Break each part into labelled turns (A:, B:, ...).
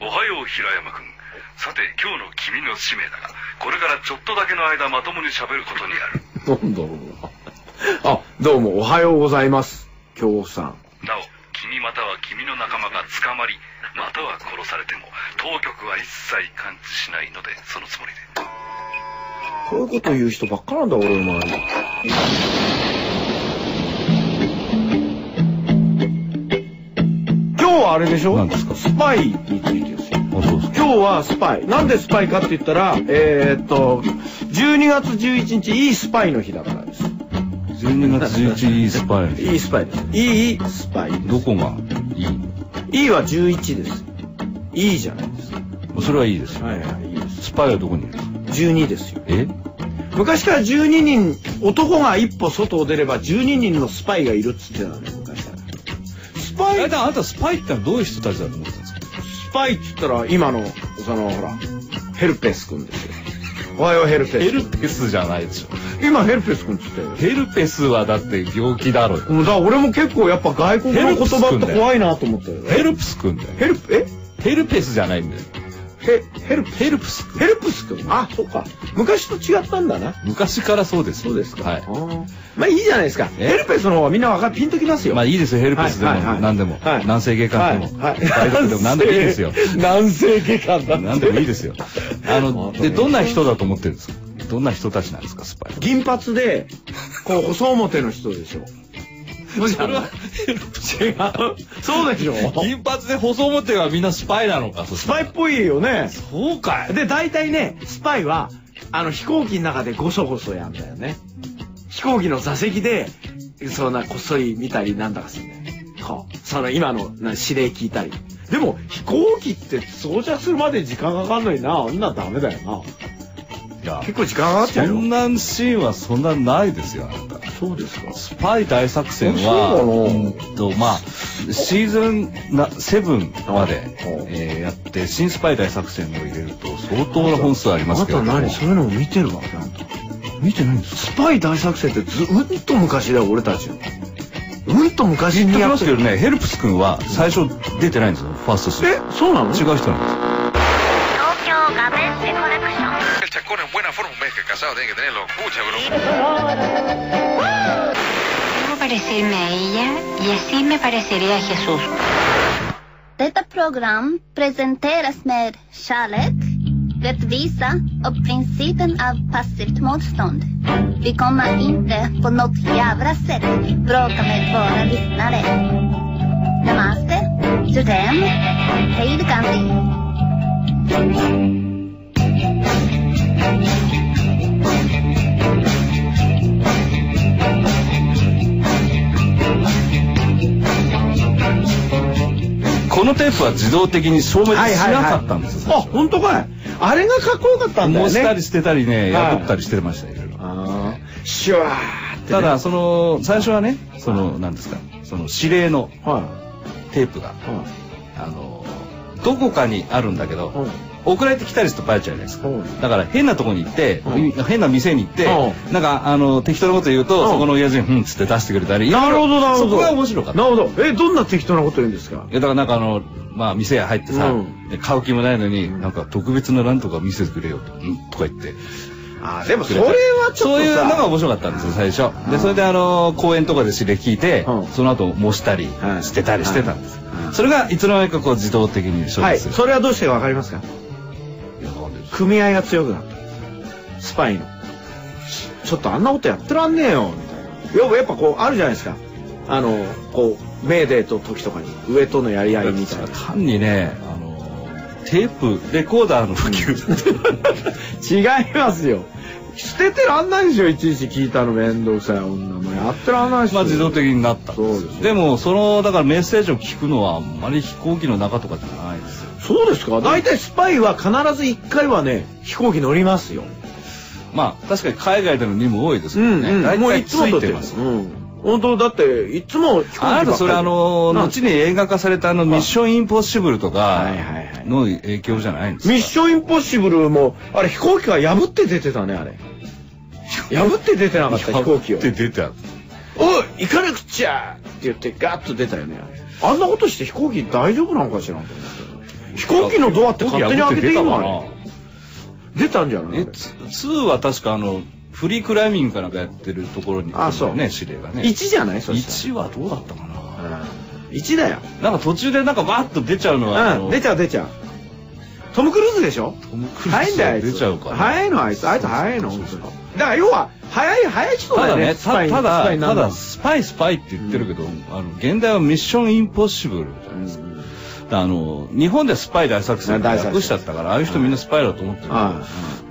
A: おはよう平山君さて今日の君の使命だがこれからちょっとだけの間まともに喋ることにある
B: なんだろうな。あ、どうもおはようございます。京夫さん。
A: なお君または君の仲間が捕まりまたは殺されても当局は一切感知しないのでそのつもりで
B: こういうこと言う人ばっかなんだ、俺の周り。今日はあれでしょ
C: 何ですか
B: スパイについてですよ。
C: あ、そうですか。
B: 今日はスパイ。なんでスパイかって言ったら、えーっと、12月11日、いいスパイの日だからです。
C: 12月11日いいスパイ。
B: いいスパイです。いいスパイ。
C: どこがいい
B: いいは11です。いいじゃないですか。
C: それはいいですよ。
B: はいはい、いいです。
C: スパイはどこにいる
B: 12ですよ。
C: え
B: 昔から12人、男が一歩外を出れば12人のスパイがいるっつってたのね、昔から。スパ
C: あ
B: イ
C: なた、あなたスパイってのはどういう人たちだと思ってたんですか
B: スパイって言ったら、今の、その、ほら、ヘルペス君ですよ。おはようヘルペス。
C: ヘルペスじゃないでしょ。
B: 今ヘルペス君っつったよ。
C: ヘルペスはだって病気だろよ。
B: もうだから俺も結構やっぱ外国の言葉って怖いなと思ったよ。
C: ヘルプスくんだよ。
B: ヘルプ、え
C: ヘルペスじゃないんだよ。
B: ヘヘルプ、
C: ヘルプスくん。
B: ヘルプス君あ、そうか。昔と違ったんだな。
C: 昔からそうです。
B: そうですか。
C: は
B: あ
C: い。
B: ーまあいいじゃないですか。
C: え
B: ヘルペスの方はみんなわかるピンときますよ。
C: まあいいですよ、ヘルペスでも、
B: はいはいはい
C: 何でも、
B: はい
C: 男性外科でも、
B: はいはい
C: 外毒でも何でもいいですよ。
B: 男性外科だ
C: 何でもいいですよ。あの、
B: 本当
C: で、
B: に
C: どんな人だと思ってるんですかどんな人たちなんですか、スパイ。
B: 銀髪で、こう、細表の人でしょ。
C: それは、ヘルプス。
B: 違う。そうでしょ。
C: 金髪で細持ってはみんなスパイなのか、そし
B: ス
C: たら
B: パイっぽいよね。
C: そうかい。
B: で、大体ね、スパイは、あの、飛行機の中でごそごそやんだよね。飛行機の座席で、そんなこっそり見たりなんだかするんだよ。こうその今のな指令聞いたり。でも、飛行機って装着するまで時間かかんのにな、あんなダメだよ
C: いや
B: な。結構時間かかっち
C: そ
B: ゃうよ。
C: んなシーンはそんなないですよ、あなた。
B: そうですか。
C: スパイ大作戦は、
B: そうなの
C: うんと、まあ、シーズンな7まで、えーやって、新スパイ大作戦を入れると相当な本数ありますけれども。
B: あなた何そういうのも見てるわけあんた見てないんですスパイ大作戦ってずうんと昔だよ俺たちうんと
C: 言っ
B: 昔に
C: とき
B: や
C: ま
B: っ
C: す
B: て
C: けどね、ヘルプス君は最初出てないんですよ、ファーストシー
B: えそうなの
C: ズン。違う人なんです。
D: 東京ガベッセコレクション
E: El chacón en buena forma, un mes que casado tiene que tenerlo. Pucha, bro.
D: Quiero parecerme a ella y así me pareceré a Jesús.
F: Detta program presenteras med kärlek, rättvisa och principen av passivt motstånd. Vi kommer inte på något jävla sätt bråka med våra lyssnare. Namaste, Judem, Hej då, Gandhi.
C: このテープは自動的に消滅しなかったんですよ。
B: あ本当かいあれがかっこよかったんだよ
C: 燃した
B: ね
C: り捨てたりね、
B: はい
C: 破ったりしてました、いろいろ。
B: あーシュワーってね
C: ただ、その、最初はね、その、なんですか、その指令の
B: は
C: テープが
B: い、は
C: あの、どこかにあるんだけど、
B: い
C: 送られてきたりするとバレちゃうじゃないですか
B: うん。
C: だから変なとこに行って、
B: うん
C: 変な店に行って
B: う、
C: なんか、あの、適当なこと言う
B: う
C: と、
B: ん
C: そこの親父に、うんっつって出してくれたり。
B: なるほどなるほど
C: そこが面白かった。
B: なるほどえどんな適当なこと言うんですか
C: いやだからなんかあの、まあ店へ入ってさ、
B: うん
C: で買う気もないのに、
B: うん
C: なんか特別ななんとか見せてくれよと、うんとか言って。
B: あーでも
C: くれ
B: それ
C: た
B: はちょ
C: そ
B: っとさ
C: ういうのが面白かったんですよ、最初。で、それであの、公園とかで指令聞いて、
B: うん
C: その後模したり、
B: はい
C: 捨てたりしてたんです。
B: はい
C: それがいつの間にかこう自動的に消
B: は
C: 滅
B: い
C: する。
B: それはどうしてわかりますか
C: いやなんで
B: 組合が強くなったスパイのちょっとあんなことやってらんねえよみたいなよくやっぱこうあるじゃないですかあのこうメーデーと時とかに上とのやり合いみたいな
C: 単にね、あの、テープ、レコーダーの普及だった。
B: 違いますよ捨ててらんないでしょいちいち聞いたのめんどくさい女もやってらんないし
C: まあ自動的になったん
B: そう
C: で
B: です
C: す
B: よ
C: でもそのだからメッセージを聞くのはあんまり飛行機の中とかじゃないですよ
B: そうですか大体スパイは必ず1回はね飛行機乗りますよ
C: まあ確かに海外での任務多いですけどね、大
B: もう
C: 体
B: い
C: つ
B: つも
C: い
B: 撮ってて
C: ま
B: ますす、うん、本当だっていつも飛行機ばっか
C: あな
B: り
C: たそれあの
B: なん
C: 後に映画化されたあの「ミッションインポッシブル」とか
B: はいはいはい
C: の影響じゃないんですか
B: ミッションインポッシブルも、あれ飛行機が破って出てたね、あれ。破って出てなかった、飛行機を
C: っ。て出た
B: おい、行かなくっちゃって言ってガッと出たよね、あれ。あんなことして飛行機大丈夫なのかしらと思って。飛行機のドアって勝手に開けていいのあれ出たんじゃない
C: え、ツ2は確かあの、フリークライミングかなんかやってるところに、
B: あそう
C: ね、指令がね。
B: 1じゃないそした
C: 1はどうだったかな
B: らうん1だよ
C: なんか途中でなんかバーッと出ちゃうのは、あ
B: う
C: の
B: ん出ちゃう出ちゃうトム・クルーズでしょ
C: トム・クルー
B: 早いん
C: ズ
B: だよあ
C: が
B: いつ
C: 出ちゃうから。
B: 早いのあいつあいつ早いの
C: そう
B: 本
C: そうそう
B: 当にだから要は早い早い人
C: た
B: だ
C: だ
B: よ
C: ね、
B: ね
C: ただ、
B: に
C: た
B: スパ
C: だ、
B: イにな
C: た
B: るの
C: だスパイスパイって言ってるけど、あの、現代はミッションインポッシブルじゃないですか。あの、日本ではスパイ大作戦って
B: 大作戦
C: 訳しちゃったから、ああいう人みんなスパイだと思ってるけど、
B: あ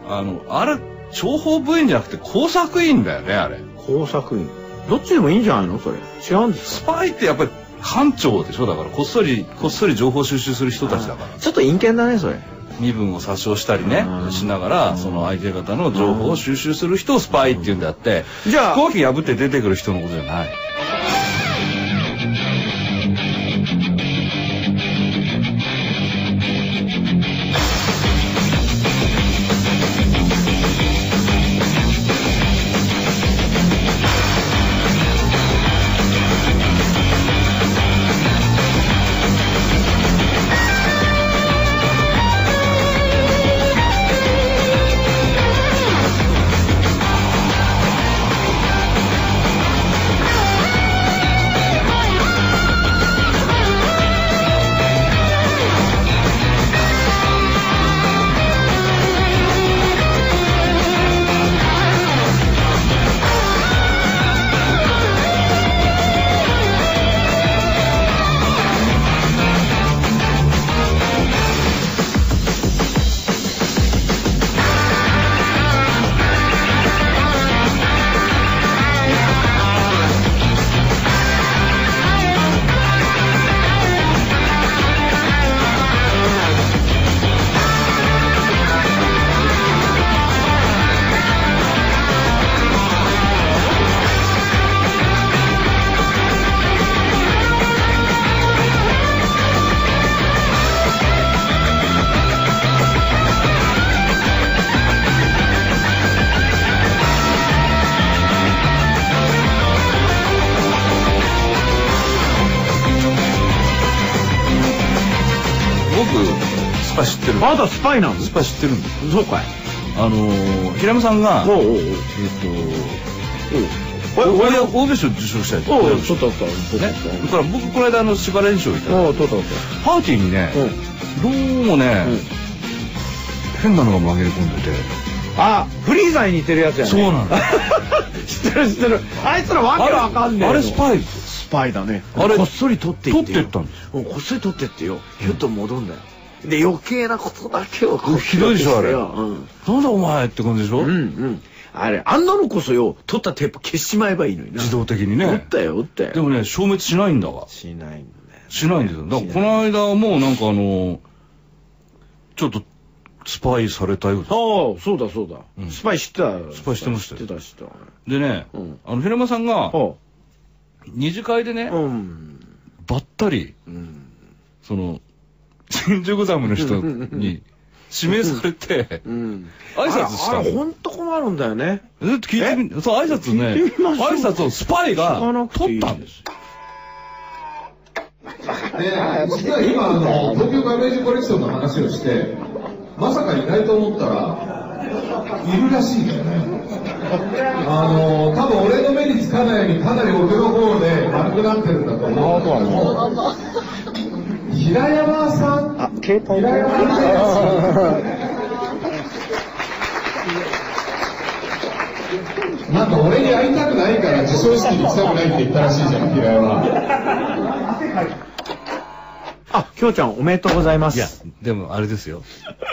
C: あの、あれ、諜報部員じゃなくて工作員だよね、あれ。
B: 工作員どっちでもいいんじゃないのそれ違うんです
C: スパイってやっぱり官庁でしょだから、こっそり、こっそり情報収集する人たちだから。
B: ちょっと陰険だねそれ
C: 身分を殺傷したりね、しながら、その相手方の情報を収集する人をスパイって言うんであって、
B: じゃあ
C: 飛行機破って出てくる人のことじゃない。僕、スパイ知ってる。
B: あなたスパイなの
C: スパイ知ってるんです
B: そうかい
C: あのー、平山さんが、
B: おうおうおう
C: えっと、
B: おい
C: 大
B: おい
C: 部大部賞受賞したり
B: おうおう
C: ね。
B: ちょっとあった
C: だから僕、この間、あの、芝連賞いただい
B: おうとうとうと
C: てパーティーにね、
B: う
C: どうもね、
B: うん
C: 変なのが紛れ込んでて、
B: あフリーザに似てるやつやね
C: そうなの
B: 知ってる知ってるあいつらわけわかんねえ
C: あ
B: の
C: れスパイ
B: スパイだね
C: あれ
B: こっそり取っていってよ
C: 取ってったんです
B: うんこっそり取ってってよひゅっと戻んだよで余計なことだけをこう
C: ひどいでしょあれ
B: 拾ってきてようん
C: なんだお前って感じでしょ、
B: うんうんあれあんなのこそよ取ったテープ消しちまえばいいのにな
C: 自動的に
B: 打
C: ね
B: っ。たよ打ったよ
C: でもね、消滅しないんだわ。
B: しないんだよ
C: しないんですよ。だから、この間、もうなんかあの、ちょっと、スパイされたようで
B: ああそうだそうだ、
C: うん
B: スパイ知ってたよ
C: スパイ知ってましたよ
B: 知ってた知ってた
C: でね、
B: うん
C: あの、平山さんが、
B: あ
C: 二次会でね、
B: うん
C: ばったり、
B: うん
C: その、新宿ザムの人に指名されて、
B: うん
C: 挨拶した
B: あれあれ
C: の。
B: ほんと困るんだよね
C: ずっと聞いてみ、そう、挨拶ね、
B: 聞いてみましょう
C: 挨拶をスパイが
B: 聞かなくてい
C: 取
B: い
C: ったんです。
G: で、僕は今、あの、東京ガレージコレクションの話をして、まさかいないと思ったら、いるらしいんだよね。あの、多分俺の目につかないように、かなり奥の方で丸くなってるんだと思うんだけど。平山さんあ、携帯平山さんなんか俺に会いたくないから授賞式に来たくないって言ったらしいじゃん、平山。
B: あきょうちゃんおめでとうございま
C: いや
B: す、
C: でもあれですよ。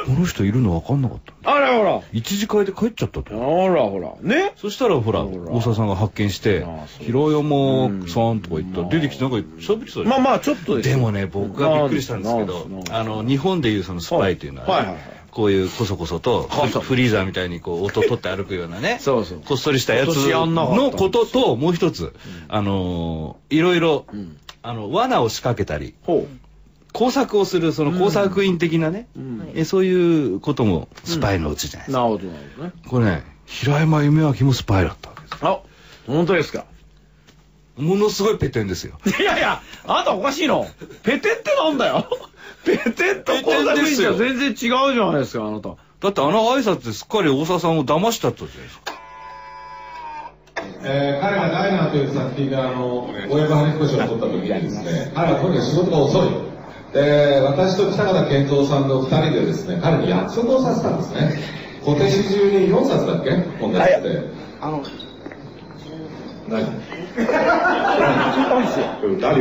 C: この人いるの分かんなかった。
B: あらほら
C: 一次会で帰っちゃったと。
B: ほらほらね
C: そしたらほら、
B: ほら
C: 大沢さんが発見して
B: ああ、そう
C: ひろよもさんとか言ったら、出てきてなんか喋ってたじゃん
B: まあまあちょっと
C: でもね、僕がびっくりしたんですけど
B: なん、す
C: あの、日本でいうそのスパイというの
B: は
C: はい
B: はい
C: ね
B: はいはい、
C: こういうこそこそと、
B: こそ
C: フリーザーみたいにこう、音取って歩くようなね、
B: そうそう
C: こっそりしたやつ
B: 今年やんなかった
C: のことと、もう一つ、あのー、いろいろ
B: ん、
C: あの、罠を仕掛けたり、
B: ほ
C: 工作をする、その工作員的なね、
B: ん
C: えそういうこともスパイのうちじゃないうですか。
B: なるほどなるほどね
C: これね、平山夢明もスパイだったわけです。
B: あ本当ですか
C: ものすごいペテンですよ。
B: いやいやあなたおかしいのペテンってなんだよペテンとこんな雰囲気は全然違うじゃないですか、あなた。
C: だってあの挨拶ですっかり大沢さんを騙したったじゃないですか。
G: えー彼がダイナーという作品であの、大山羽彦賞を取った時にですね、彼はとにかく仕事が遅い。で、私と北方健三さんの二人でですね、彼に約束をさせたんですね。今年中に4冊だっけ本出して。あの、何うん何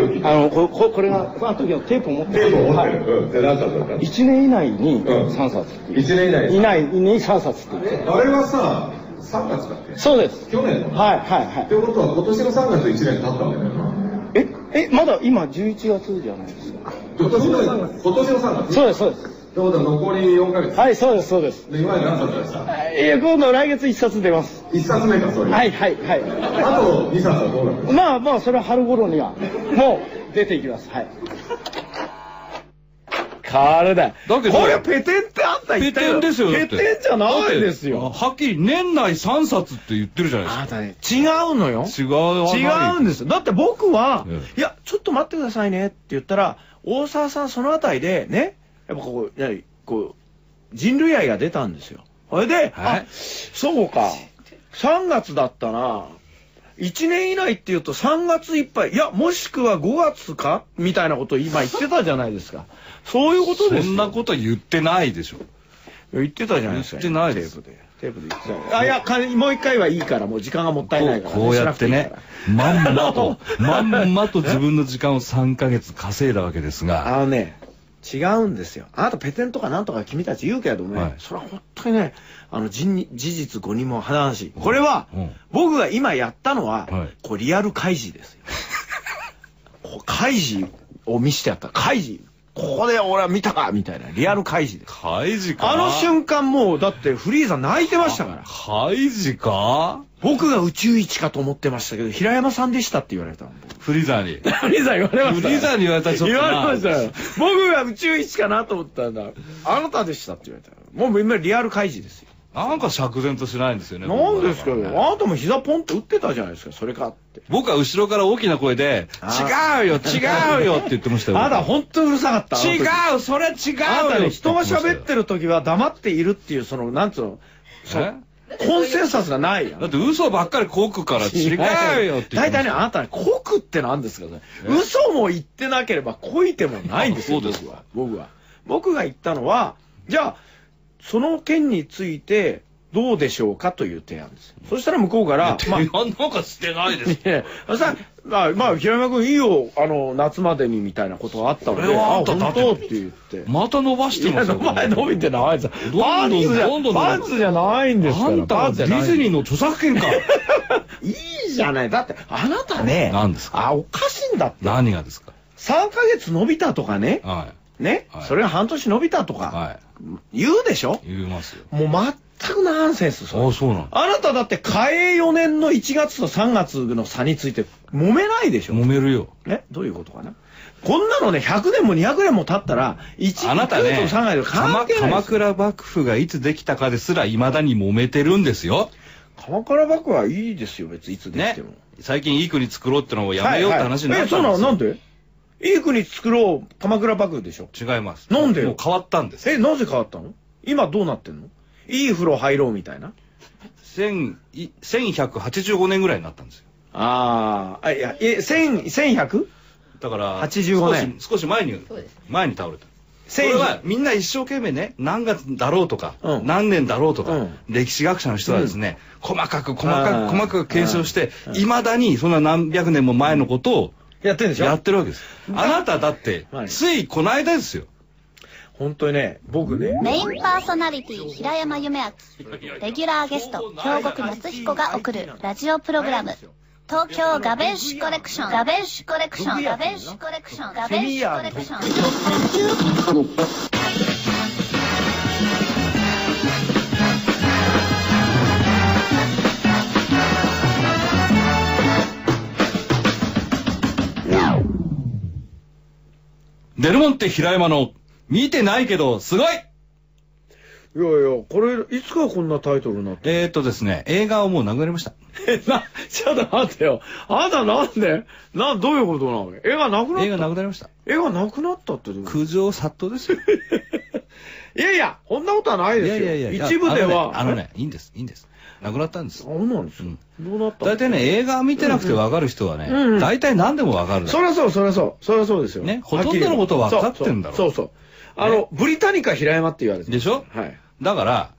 G: を聞いた
H: あの、こここれが、この時のテープを持って
G: テープを持っ
H: は
G: て
H: い
G: る。うん。で、何冊だったの
H: 1年以内に
G: うん
H: 3冊っていう。
G: 一年以内に
H: 以内に3冊っていう。
G: あれはさ、3月だっけ
H: そうです。
G: 去年の。
H: はい、はい、
G: っ
H: は
G: てことは今年の3月で1年経ったわけだよな。
H: い。え、え、まだ今11月じゃないですか。
G: 今年の今年の3月
H: そうです、そうです。
G: ってことは残り4ヶ月。
H: はい、そうです、そうです。
G: で、今まで何冊でした
H: いや、今度来月1冊出ます。
G: 一冊目か、それ。
H: はい、はい、はい。
G: あと二冊はどうなる
H: まあまあ、それは春頃には、もう出ていきます。はい。これだ。
C: だけど
B: これペテンってあんた言
C: ペ
B: ったけど
C: テンですよ、だっ
B: ペ
C: て
B: テンじゃないですよ。
C: はっきり年内3冊って言ってるじゃないですか。
B: あなたね、違うのよ。
C: 違うは
B: 違
C: ない
B: うんですよ。だって僕は、
C: え
B: いや、ちょっと待ってくださいねって言ったら、大沢さんそのあたりで、ね、やっぱこう、やはりこう、人類愛が出たんですよ。それで、
C: はい
B: あ、そうか、3月だったな。1年以内っていうと3月いっぱい、いや、もしくは5月かみたいなことを今言ってたじゃないですか。そういうことですよ。
C: そんなこと言ってないでしょ。
B: 言ってたじゃないですか。
C: 言ってないです
B: テープで。テープで言ってた。あ、いや、かもう一回はいいから、もう時間がもったいないから、
C: こうやってね、まんまと、まんまと自分の時間を3ヶ月稼いだわけですが、
B: あのね、違うんですよ。あなたペテンとかなんとか君たち言うけれどもね、
C: はい
B: それは本当にね、あの、人に事実誤認も話し、これは、
C: うん
B: 僕が今やったのは、
C: はい
B: こうリアル開示ですよ。 こう開示を見してやった。開示。ここで俺は見たかみたいな、リアル開示です。
C: ハイジか
B: あの瞬間もう、だってフリーザ泣いてましたから。
C: ハイジか
B: 僕が宇宙一かと思ってましたけど、平山さんでしたって言われたの。
C: フリーザーに。
B: フリーザ言われました
C: フリーザに言われたらちょっと
B: 言
C: な
B: われましたよ僕が宇宙一かなと思ったんだあなたでしたって言われたもう今リアル開示ですよ
C: なんか釈然としないんですよね。
B: なんですか
C: 僕
B: よ
C: は
B: あなたも膝ポンって打ってたじゃないですかそれかって
C: 僕は後ろから大きな声で、
B: あ
C: 違うよ、違うよって言ってました
B: あ
C: よ。
B: なた本当うるさかったあの時
C: 違う、それ違
B: あなた
C: うよ。
B: ね人が喋ってる時は黙っているっていうそのなんつうのそうコンセンサスがないやん
C: だって嘘ばっかりこくから違うよって言ってましたよ。
B: 大体ね、あなたね、こくってなんですかね。嘘も言ってなければこいてもないんですよ。
C: あそうです
B: 僕は。僕は。僕が言ったのは、じゃあ、その件についてどうでしょうかという提案です。そしたら向こうから、まあ、い
C: 提案なんかしてないです。
B: やそしたら、まあ、まあ、平山君いいよ、あの、夏までにみたいなことがあったので、
C: それはあ
B: あ、
C: んただ
B: 本
C: って
B: 当って言って。
C: また伸ばし
B: い
C: て
B: や、
C: ますよ。
B: 前伸びてないで
C: ど
B: す。
C: んどん
B: パンツじゃ
C: どんどん伸びて、
B: パンツじゃないんですから。
C: あんた
B: パ
C: は
B: ンツ
C: デ
B: じゃない
C: ィズニーの著作権か。
B: いいじゃない。だって、あなたね。
C: 何ですか
B: あ、おかしいんだって。
C: 何がですか
B: 3ヶ月伸びたとかね。
C: は
B: ね。
C: はい
B: それが半年伸びたと
C: い。
B: か。
C: は
B: 言うでしょ
C: い。言いますよ。
B: もう全くナンセンス。それ
C: ああ、そうなの。
B: あなただって、嘉永4年の1月と3月の差について揉めないでしょ
C: 揉めるよ。
B: ねどういうことかなこんなのね、100年も200年も経ったら、1
C: あなた
B: 1
C: ね
B: 月と3月、関
C: 鎌
B: 係ないで
C: 鎌
B: すよ。
C: 倉幕府がいつできたかですら、いまだに揉めてるんですよ。
B: 鎌倉幕府はいいですよ、別にいつでき
C: ね
B: ても。。
C: 最近いい国作ろうってのをやめようって話になったんですよ。
B: はいはいえ、そうなのなんでいい国作ろう、鎌倉幕府でしょ。
C: 違います。
B: なんでよ
C: もう変わったんです。
B: え、なぜ変わったの今どうなってんのいい風呂入ろうみたいな。
C: 千い1185年ぐらいになったんですよ。
B: あーあ、いや、え、千、千百
C: だから、
B: 85年
C: 少し少し前に、前に倒れた。こ
B: 千
C: れはみんな一生懸命ね、何月だろうとか、
B: うん
C: 何年だろうとか、
B: うん
C: 歴史学者の人はですね、細かく細か
B: あー
C: く細かく検証して、いまだにそんな何百年も前のことを
B: やってんでし
C: や
B: ょ
C: ってるわけです。あなただって
B: は、い
C: ついこの間ですよ。
B: 本当にね、僕ね。
F: メインパーソナリティ平山夢明レギュラーゲスト京極夏彦が送るラジオプログラム東京ガベッシュコレクションガベッシュコレクションガベッシュコレクションガベッシュコレクション
C: デルモンテ平山の、見てないけど、すごい
B: いやいや、これ、いつからこんなタイトルになって。
C: えー、っとですね、映画はもうなくなりました。
B: え、な、ちょっと待ってよ。あなたなんでな、どういうことなの絵がなくなった
C: 映画なくなりました。
B: 絵がなくなったってどういうこと
C: 苦情殺到ですよ。
B: いやいや、こんなことはないで
C: い
B: すよ。
C: やいやいや。
B: 一部では。
C: あのねあのね、いいんです、いいんです。なくなったんです。
B: そうなんですよ。どうなったの
C: 大体ね、、映画見てなくてわかる人はね
B: うんうん、
C: 大体何でもわかるだ
B: そりゃそう、そりゃそう、そりゃそうですよ。
C: ねほとんどのことは分かってんだろう
B: そうそうそうそう。あの、ブリタニカ平山って言われてる
C: でしょ
B: はい。
C: だから、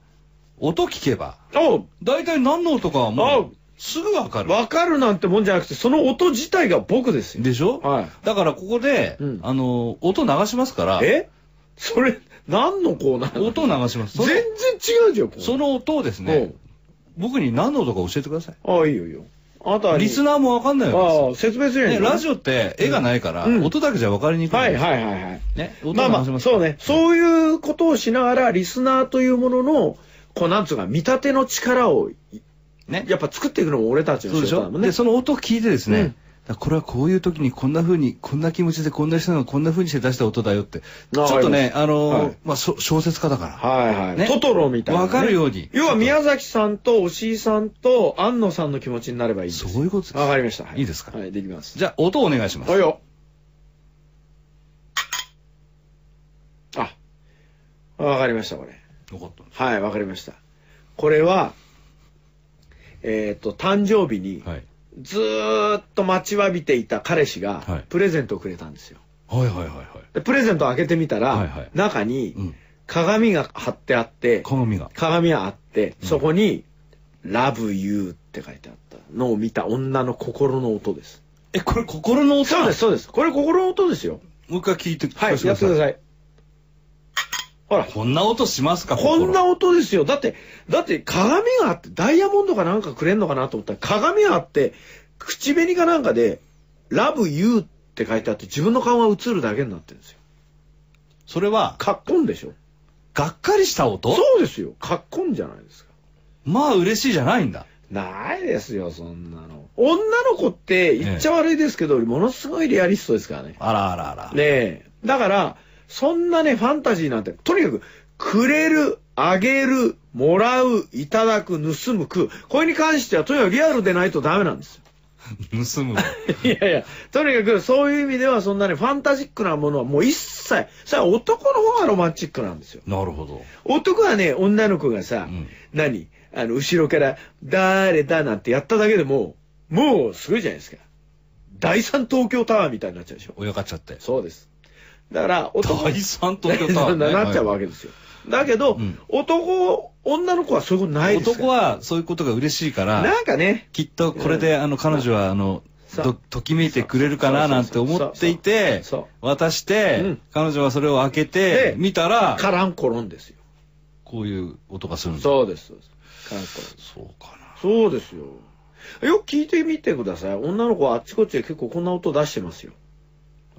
C: 音聞けば、
B: おう
C: 大体何の音かはも
B: あ
C: う、すぐわかる。
B: 分かるなんてもんじゃなくて、その音自体が僕ですよ。
C: でしょ
B: はい
C: だからここで
B: うん、
C: あの、音流しますから、
B: えそれ、何のコーナー
C: 音流します。そ
B: 全
C: の
B: 然違うじゃん、
C: そ
B: の、
C: の音をですね、僕に何の音か教えてください。
B: おうああ、いいよいいよ。あとは、
C: リスナーもわかんないわけ
B: あ
C: で
B: あ、説明す
C: すよ
B: る
C: ね、
B: やん。
C: ラジオって絵がないから、
B: うん
C: 音だけじゃわかりにくい。
B: はいはいはいはい。
C: ね、音
B: まあま
C: 流し
B: あ、
C: ますか
B: そ
C: ら
B: うね。そういうことをしながら、リスナーというものの、こう、なんつうか、見立ての力を、
C: ね。
B: やっぱ作っていくのも俺たち
C: そ
B: の
C: うで
B: 仕
C: し
B: 事だも
C: ょ
B: んね
C: で、。その音を聞いてですね、
B: うん
C: だからこれはこういう時にこんな風に、こんな気持ちでこんな人がこんな風にして出した音だよって、ちょ
B: わかります
C: っとね、あのー
B: はい
C: まあ、そ小説家だから、
B: はいはい、
C: ね
B: トトロみたいな、
C: わかるように
B: 要は宮崎さんと押井さんと安野さんの気持ちになればいいんです
C: そういうことです。
B: わかりました。はい
C: いですか
B: はい、できます。
C: じゃあ、音お願いします。
B: はいよ。あ、わかりました、これ。
C: よかった
B: はい、わかりました。これは、えっ、と、誕生日に、
C: はい。
B: ずーっと待ちわびていた彼氏が
C: はい
B: プレゼントをくれたんですよ。
C: はいはいはいはい。
B: でプレゼントを開けてみたら、
C: はいはい
B: 中
C: う
B: に
C: ん。
B: 鏡が貼ってあって、
C: 鏡が。
B: 鏡があって、そこに、Love You って書いてあったのを見た女の心の音です。
C: え、これ心の音
B: そうです、。そうです。これ心の音ですよ。
C: もう一回聞いて、
B: はい、やってくだ
C: い。
B: さい。ほら、
C: こんな音しますか
B: こんな
C: 音。
B: 音ですよ。だって、だって鏡があって、ダイヤモンドかなんかくれんのかなと思ったら、鏡があって、口紅かなんかで、Love You って書いてあって、自分の顔が映るだけになってるんですよ。
C: それは、
B: かっこんでしょ
C: がっかりした音
B: そうですよ。かっこんじゃないですか。
C: まあ嬉しいじゃないんだ。
B: ないですよ、そんなの。女の子って、言っちゃ悪いですけど、ものすごいリアリストですからね。
C: あらあらあら。
B: ねえ。だから、そんなね、ファンタジーなんて、とにかく、くれる、あげる、もらう、いただく、盗む、食う。これに関しては、とにかくリアルでないとダメなんですよ。
C: 盗むわ。
B: いやいや、とにかく、そういう意味では、そんなね、ファンタジックなものはもう一切、それは男の方がロマンチックなんですよ。
C: なるほど。
B: 男はね、女の子がさ、
C: うん
B: 何あの、後ろから、誰だなんてやっただけでも、もう、すごいじゃないですか。第三東京タワーみたいになっちゃうでしょ。
C: 親がっちゃって。
B: そうです。だから、男。
C: 第三東京タワーね
B: なっちゃうわけですよ。だけど、
C: うん
B: 男、女の子はそういうことないですから
C: 男はそういうことが嬉しいから、
B: なんかね、
C: きっとこれで、あの、彼女は、あの、
B: そう
C: と、ときめいてくれるかななんて思っていて
B: そうそうそう、
C: 渡し
B: う
C: て
B: ん、
C: 彼女はそれを開けて
B: で、
C: 見たら、
B: カランコロンですよ。
C: こういう音がするんだ。
B: そうです、そうです。カランコロン。
C: そうかな。
B: そうですよ。よく聞いてみてください。女の子はあっちこっちで結構こんな音出してますよ。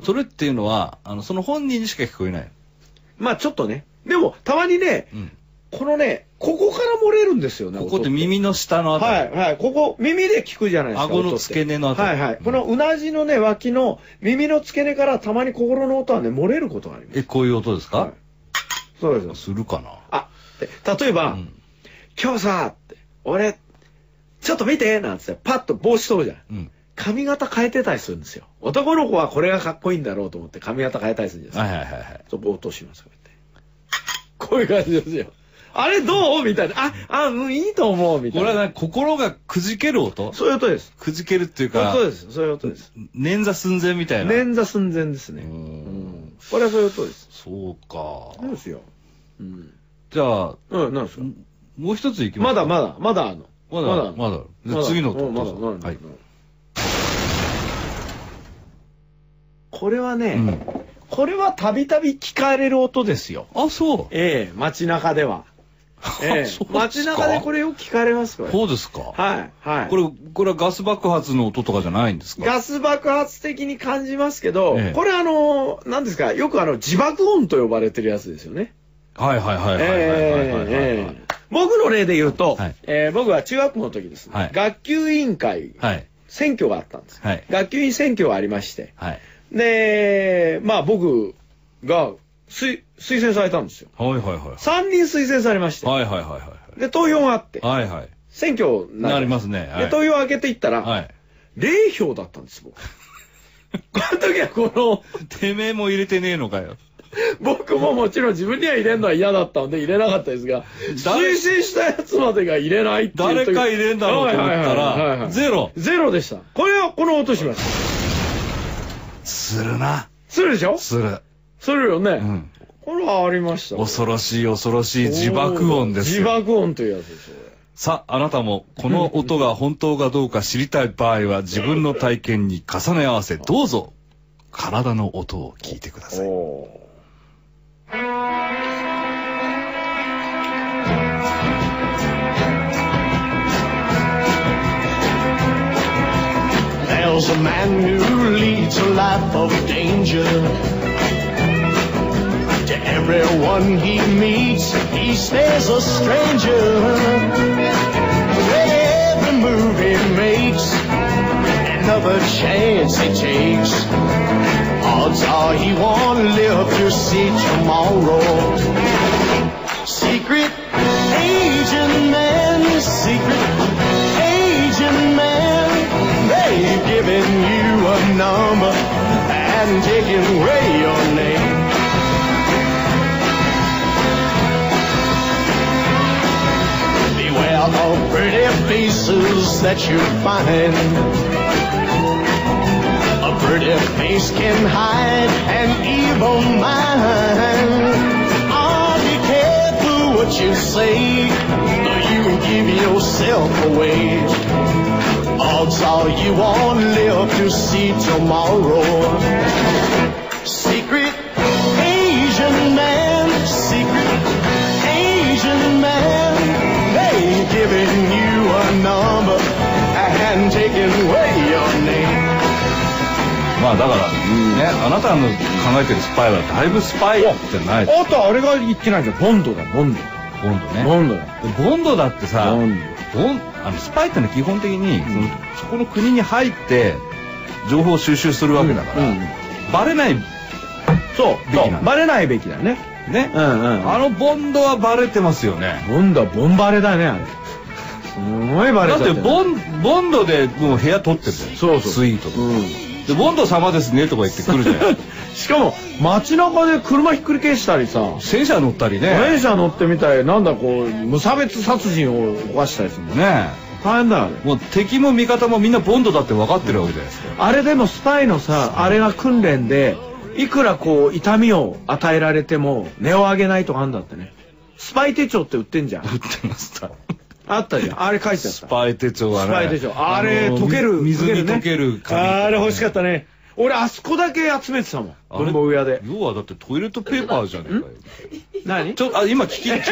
C: それっていうのは、あの、その本人にしか聞こえない。
B: まあちょっとね。でも、たまにね、
C: うん。
B: このね、ここから漏れるんですよね。
C: ここって
B: 音
C: 耳の下のあ
B: は
C: たり
B: い。はい。ここ、耳で聞くじゃないですか。
C: 顎の
B: 音って
C: 付け根のあたり
B: はいはい。
C: うん
B: このうなじのね、脇の耳の付け根からたまに心の音はね、漏れることがあります。
C: え、こういう音ですか、
B: はいそうですよ。
C: するかな
B: あ、で例えば、
C: うん
B: 今日さ、って俺、ちょっと見てなんつって、パッと帽子取るじゃん。
C: うん。
B: 髪型変えてたりするんですよ。男の子はこれがかっこいいんだろうと思って髪型変えたりするんですよ。
C: はいはいはいはい。
B: ちょっと応答します、こうやって。 こういう感じですよ。あれどうみたいな。あ、あ、うん、いいと思う、みた
C: こ
B: い
C: れ
B: な。
C: はね、心がくじける音
B: そういう音です。
C: くじけるっていうか、
B: そうです。そういう音です。
C: 捻挫寸前みたいな。
B: 捻挫寸前ですね。
C: う
B: うんん。これはそういう音です。
C: そう
B: そう
C: か
B: で。すよ。うん。
C: じゃあ、
B: うん、なんですか
C: もう一ついきます
B: まだま
C: だ。
B: だ、まだあるの。
C: まだ
B: ある
C: まだあるじゃあ
B: まだ
C: 次の音
B: うんまだ、
C: どう
B: ま
C: ぞ
B: だまだ
C: はい
B: これはね、
C: うん
B: これはたびたび聞かれる音ですよ。
C: あ、そう。
B: ええ、街中では。え
C: あそう
B: え
C: ですか、
B: 街中でこれよく聞かれます、これ。
C: そうですか。
B: はい、はい。
C: これ、これはガス爆発の音とかじゃないんですか
B: ガス爆発的に感じますけど、
C: ええ
B: これあの、何ですか、よくあの、自爆音と呼ばれてるやつですよね。
C: はいはいはいはいはいはいはいはい
B: ええ僕の例で言うと、
C: はい
B: えー僕は中学校の時ですね、
C: はい
B: 学級委員会、
C: はい。
B: 選挙があったんです。
C: はい
B: 学級委員選挙がありまして、
C: はい。
B: で、まあ僕が推推薦されたんですよ。
C: はいはいはいはい。
B: 3人推薦されまして、
C: はいはいはいは
B: で、投票があって
C: い。、はいはい。
B: 選挙にな。
C: なりますすね。は
B: で、投
C: い。
B: 票を開けていったら、
C: はい。
B: 0票だったんです、僕。この時はこの、
C: てめえも入れてねえのかよ。
B: 僕ももちろん自分には入れるのは嫌だったんで入れなかったですが、
C: 誰
B: 推進したやつまでが入れないっていう
C: 誰
B: 時
C: か入れんだろうと思った
B: はいはいはいは
C: ら、
B: い
C: ゼロ。
B: ゼロでした。これはこの音しました。
C: するな。
B: するでしょ
C: する。
B: するよね。
C: うん。
B: これはありました。
C: 恐ろしい恐ろしい自爆音です
B: 自
C: よ。
B: 爆音というやつですよ。
C: さあ、あなたもこの音が本当かどうか知りたい場合は自分の体験に重ね合わせ、どうぞ、体の音を聞いてください。
I: There's a man who leads a life of danger. To everyone he meets, he stays a stranger. Every move he makes, another chance he takes. Odds are he won't live to see tomorrow. Secret agent man, secret agent man. They've given you a number and taken away your name. Beware of pretty faces that you find. A pretty face can hide an evil mind. Oh, be careful what you say, or you will give yourself away. Odds are you won't live to see tomorrow. Secret Asian man, secret Asian man, they've given you a number and taken away your name.
C: まあだから、ね、あなたの考えてるスパイはだいぶスパイじゃない。
B: あとあれが言ってないじゃん。ボンドだ、ボンド。
C: ボンドね。
B: ボンドだ。
C: ボンドだってさ、
B: ボン
C: ボンあのスパイってのは基本的に、そのそこの国に入って情報を収集するわけだから、
B: うんうん
C: バレない、ね、
B: そう
C: べきな
B: そ
C: んだ
B: う。バレないべきだね。うんうん
C: あのボンドはバレてますよね。
B: ボンドはボンバレだね、あれ。すごいバレ
C: だ
B: ちゃ
C: っ
B: っ
C: て
B: てる
C: ボン、ボンドでもう部屋取ってるじゃん。
B: そうそう
C: スイートで
B: うん。
C: で、ボンド様ですねとか言ってくるじゃ ない
B: しかも街中で車ひっくり返したりさ
C: 戦車乗ったりね。
B: 電車乗ってみたりなんだこう無差別殺人を犯したりするのね
C: ね
B: 大変だよあれ
C: もう敵も味方もみんなボンドだって分かってるわけじゃないですか。
B: あれでもスパイのさあれが訓練でいくらこう痛みを与えられても値を上げないとかあんだってねスパイ手帳って売ってんじゃん
C: 売ってました。
B: あったじゃんあれ書いてあっ
C: ス
B: た
C: パイ手帳はね。
B: スパイ手帳あれ
C: の
B: 溶ける
C: 水に
B: ね
C: 溶ける紙。
B: あれ欲しかったね俺あそこだけ集めてたもん
C: あれ
B: 文房具屋で
C: 要はだってトイレットペーパーじゃねえかよ。
B: 何
C: ちょっと、あ、今聞き、聞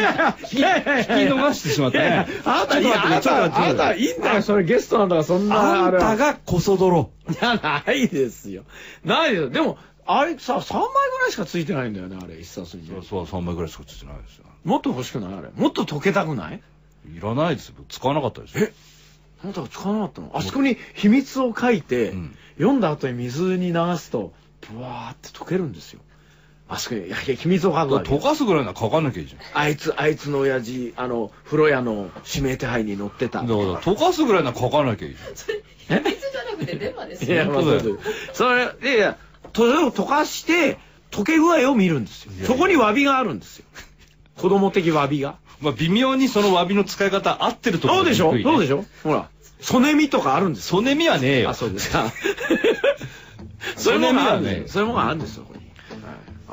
C: き
B: いやいやいや
C: 聞き逃してしまった
B: いやいや
C: ね。
B: あんた、
C: ちょっと待ってねちょっと
B: あん
C: 待って
B: た、あんた、いいんだよ、それゲストなんだから、そんな。
C: あんた
B: が。
C: がこそ泥。
B: いや、ないですよ。ないですよ。でも、あれさ、3枚ぐらいしかついてないんだよね、あれ、一冊に。
C: そう、3枚ぐらいしかついてないですよ。
B: もっと欲しくないあれ。もっと溶けたくない
C: いらないですよ。使わなかったですよ。
B: あなたが使わなかったのあそこに秘密を書いて、
C: うん
B: 読んだ後に水に流すと、ブワーって溶けるんですよ。あそこに、いやいや、秘密を書くわけよ
C: 溶かすぐらいなら書かなきゃいいじゃん。
B: あいつ、あいつの親父、あの、風呂屋の指名手配に乗ってた。
C: だから、溶かすぐらいなら書かなきゃいいじゃん。
B: いや、まあ、そうそうそれ、いやいや、それを溶かして、溶け具合を見るんですよ。そこに詫びがあるんですよ。子供的詫びが。
C: まあ、微妙にその詫びの使い方合ってるとこ
B: ど
C: ろ
B: うでしょうどうでし
C: ょ
B: ょうほら、ソネミとかあるんですよ。
C: ソネミはねえよ
B: あ、。そうですか。そういうものがあるんです よ。
C: ソ
B: そういうものがあるんですよ、そこに。はい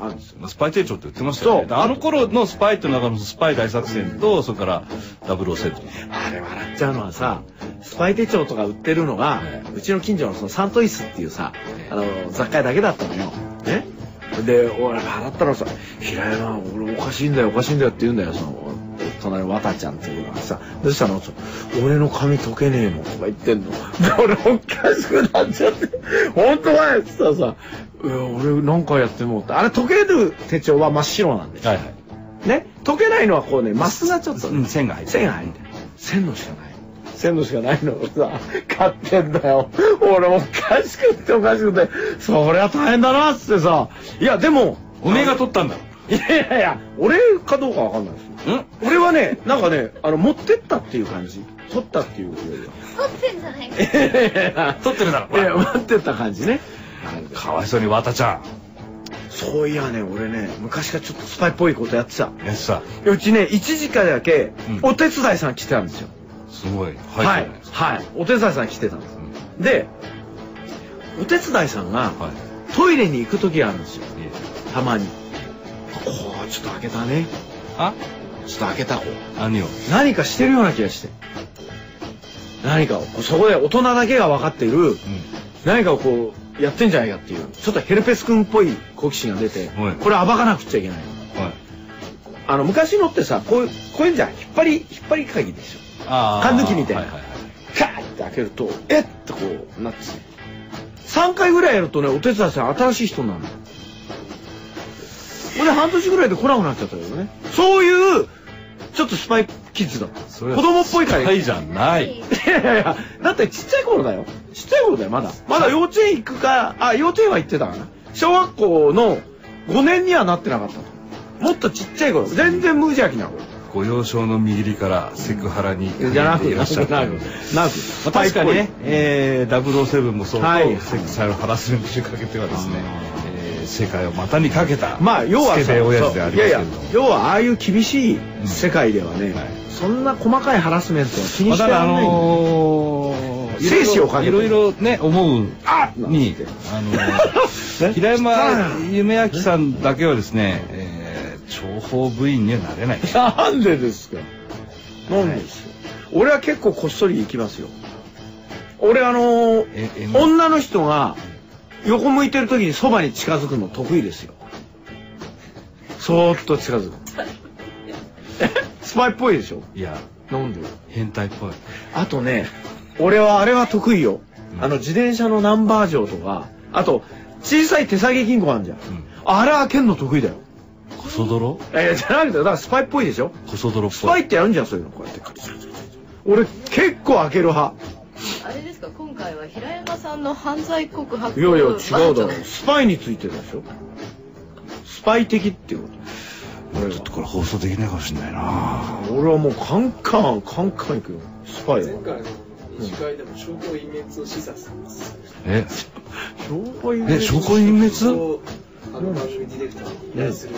B: あるんですよ。
C: スパイ手帳って言ってましたよね。
B: そう
C: あの頃のスパイって中のスパイ大作戦と、それからダブルセット。
B: あれ笑っちゃうのはさ、スパイ手帳とか売ってるのが、うちの近所のそのサントイスっていうさ、あの、雑貨屋だけだったのよ。ねで、俺払ったらさ、平山、俺おかしいんだよ、おかしいんだよって言うんだよ、その、隣のわたちゃんっていうのがさ、どうしたのって言ったら俺の髪溶けねえのとか言ってんの。で、俺おかしくなっちゃって、本当だよって言ったらさ、いや俺何回やってもって、あれ溶ける手帳は真っ白なんですよ。
C: はいはい。
B: ね溶けないのはこうね、マスがちょっとね、
C: うん線が入ってる
B: 線が入ってる線のしかない線のしかないのをさ買ってんだよ俺おかしくっておかしくてそりゃ大変だなっつってさいやでも
C: おめえが取ったんだ。ん
B: いやいやいや俺かどうかわかんないですよ俺はねなんかねあの持ってったっていう感じ取ったっていうよりは
F: 撮ってんじゃないか。
B: いやいやいや
C: 取ってるだろ。ほ
B: いや
C: ら
B: 持ってった感じね
C: かわいそうにワタちゃ
B: そういやね俺ね昔からちょっとスパイっぽいことやってた
C: んやってた
B: うちね一時間だけ
C: うん
B: お手伝いさん来てたんですよ、
C: すごい入
B: は
C: っ
B: い
C: てるじゃ
B: はいお手伝いさん来てたんです、でお手伝いさんが
C: ないです
B: トイレに行く時があるんですよ
C: かはいいえ
B: たまにこうちょっと開けたね
C: あ
B: ちょっと開けたこう
C: 何を
B: 何かしてるような気がして何かをこうそこで大人だけが分かっている
C: う
B: 何かをこうやってんじゃないかっていうちょっとヘルペス君っぽい好奇心が出て
C: はい
B: これ暴かなくちゃいけない
C: んはい
B: あの昔のってさこういうこういうんじゃん引っ張り引っ張り鍵ですよ
C: あ
B: 缶抜きみたいな
C: はいはいはい
B: カーって開けるとえっとこうなって3回ぐらいやるとねお手伝いさん新しい人になるのこれ半年ぐらいで来なくなっちゃったけどねそういうちょっとスパイキッズだった
C: それは
B: 子供っぽいから
C: はいじゃない
B: いやいやいや、だってちっちゃい頃だよ。ちっちゃい頃だよ、まだ。まだ幼稚園行くか、あ、幼稚園は行ってたかな。小学校の5年にはなってなかったと。もっとちっちゃい頃。全然無邪気な頃。
C: ご幼少の見入りからセクハラに
B: じゃなく、
C: いら
B: な
C: っ
B: く
C: しゃ、る
B: なく、な
C: ま
B: く。
C: あ、確かにね、えー、007もそうと、
B: はい
C: セクシャルハラスメントにかけてはですね、えー世界を股にかけた、
B: まあ、要はさ
C: スケベ親父であり
B: い
C: ま
B: や
C: すけれ
B: いや
C: ども、
B: 要はああいう厳しい
C: ん
B: 世界ではね、
C: はい
B: そんな細かいハラスメントは気に
C: まあ、
B: して
C: ただ
B: ら
C: あ
B: んないんだよ、
C: のー、
B: 生死をかけて
C: いろいろね思う
B: あっ
C: に
B: なんて
C: あのー
B: ね
C: 平山
B: 汚い
C: 夢明さんだけはですね、えー、諜報部員にはなれ ない
B: なんでですかなんでですよ俺は結構こっそり行きますよ俺あのー
C: ええ
B: 女の人が横向いてる時にそばに近づくの得意ですよそーっと近づくえスパイっぽいでしょ
C: いや
B: なんで
C: 変態っぽい
B: あとね俺はあれは得意よ
C: うん
B: あの自転車のナンバー錠とかあと小さい手提げ金庫あんじゃん、
C: ん
B: あれ開けんの得意だよ
C: コソ泥
B: えーじゃなくてだからスパイっぽいでしょ
C: コソ泥っ
B: ス
C: ぽ
B: パイ
C: い
B: ってやるんじゃんそういうのこうやって俺結構開ける派
J: あれですか今回は平山さんの犯罪告白
B: いやいや違うだろ
J: あ
B: スパイについてるでしょスパイ的っていうこ
C: ちょっとこれ放送できないかもしれないな
B: と俺はもうカンカンカンカンいくよスパイは
H: 回の一回でも証拠隠滅を示唆するんです
C: え
B: 証拠隠滅
C: え証拠隠滅
H: あの番組ディレクターに依頼する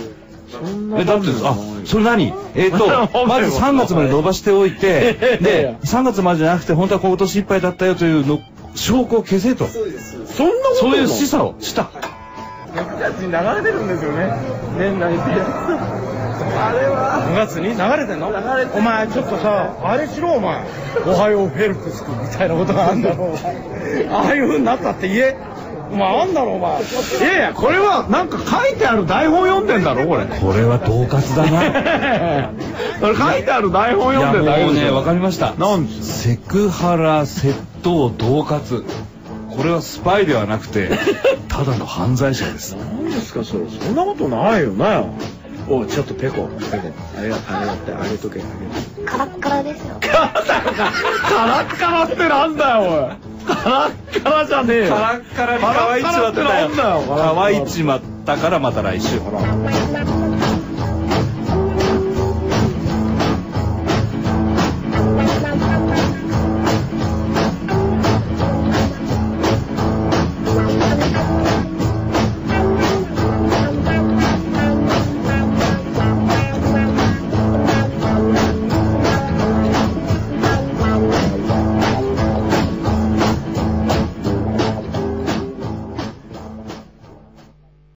B: そんな
C: え、だって、あ、それ何 えっ、と、まず3月まで伸ばしておいて、で、3月までじゃなくて、本当は今年いっぱいだったよというの、証拠を消せと。
H: そうですそうです
B: そんなこと
C: そういう
B: なの
C: 示唆をした。
B: 5月に流れてんのお前ちょっとさあれしろお前おはようフェルプス君みたいなことがあんだ ろうああいう風になったって言えお前あんだろお前いやいやこれはなんか書いてある台本読んでんだろこ れ
C: これは恫喝だな。
B: これ書いてある台本
C: い
B: 読
C: や、
B: んでんだ
C: もう
B: よ
C: ね、わかりました。
B: なんです
C: セクハラ、窃盗、恫喝。これはスパイではなく て、ただの犯罪者です。
B: 何ですかそれそんなことないよなおいちょっとペコペコあれがあれだってあげとけあげ
F: カラッカラですよ。
B: とけカラッカラってなんだよおいカラッカラじゃねえよ
C: ッカラに乾いちまったよ。乾いちまったからまた来週。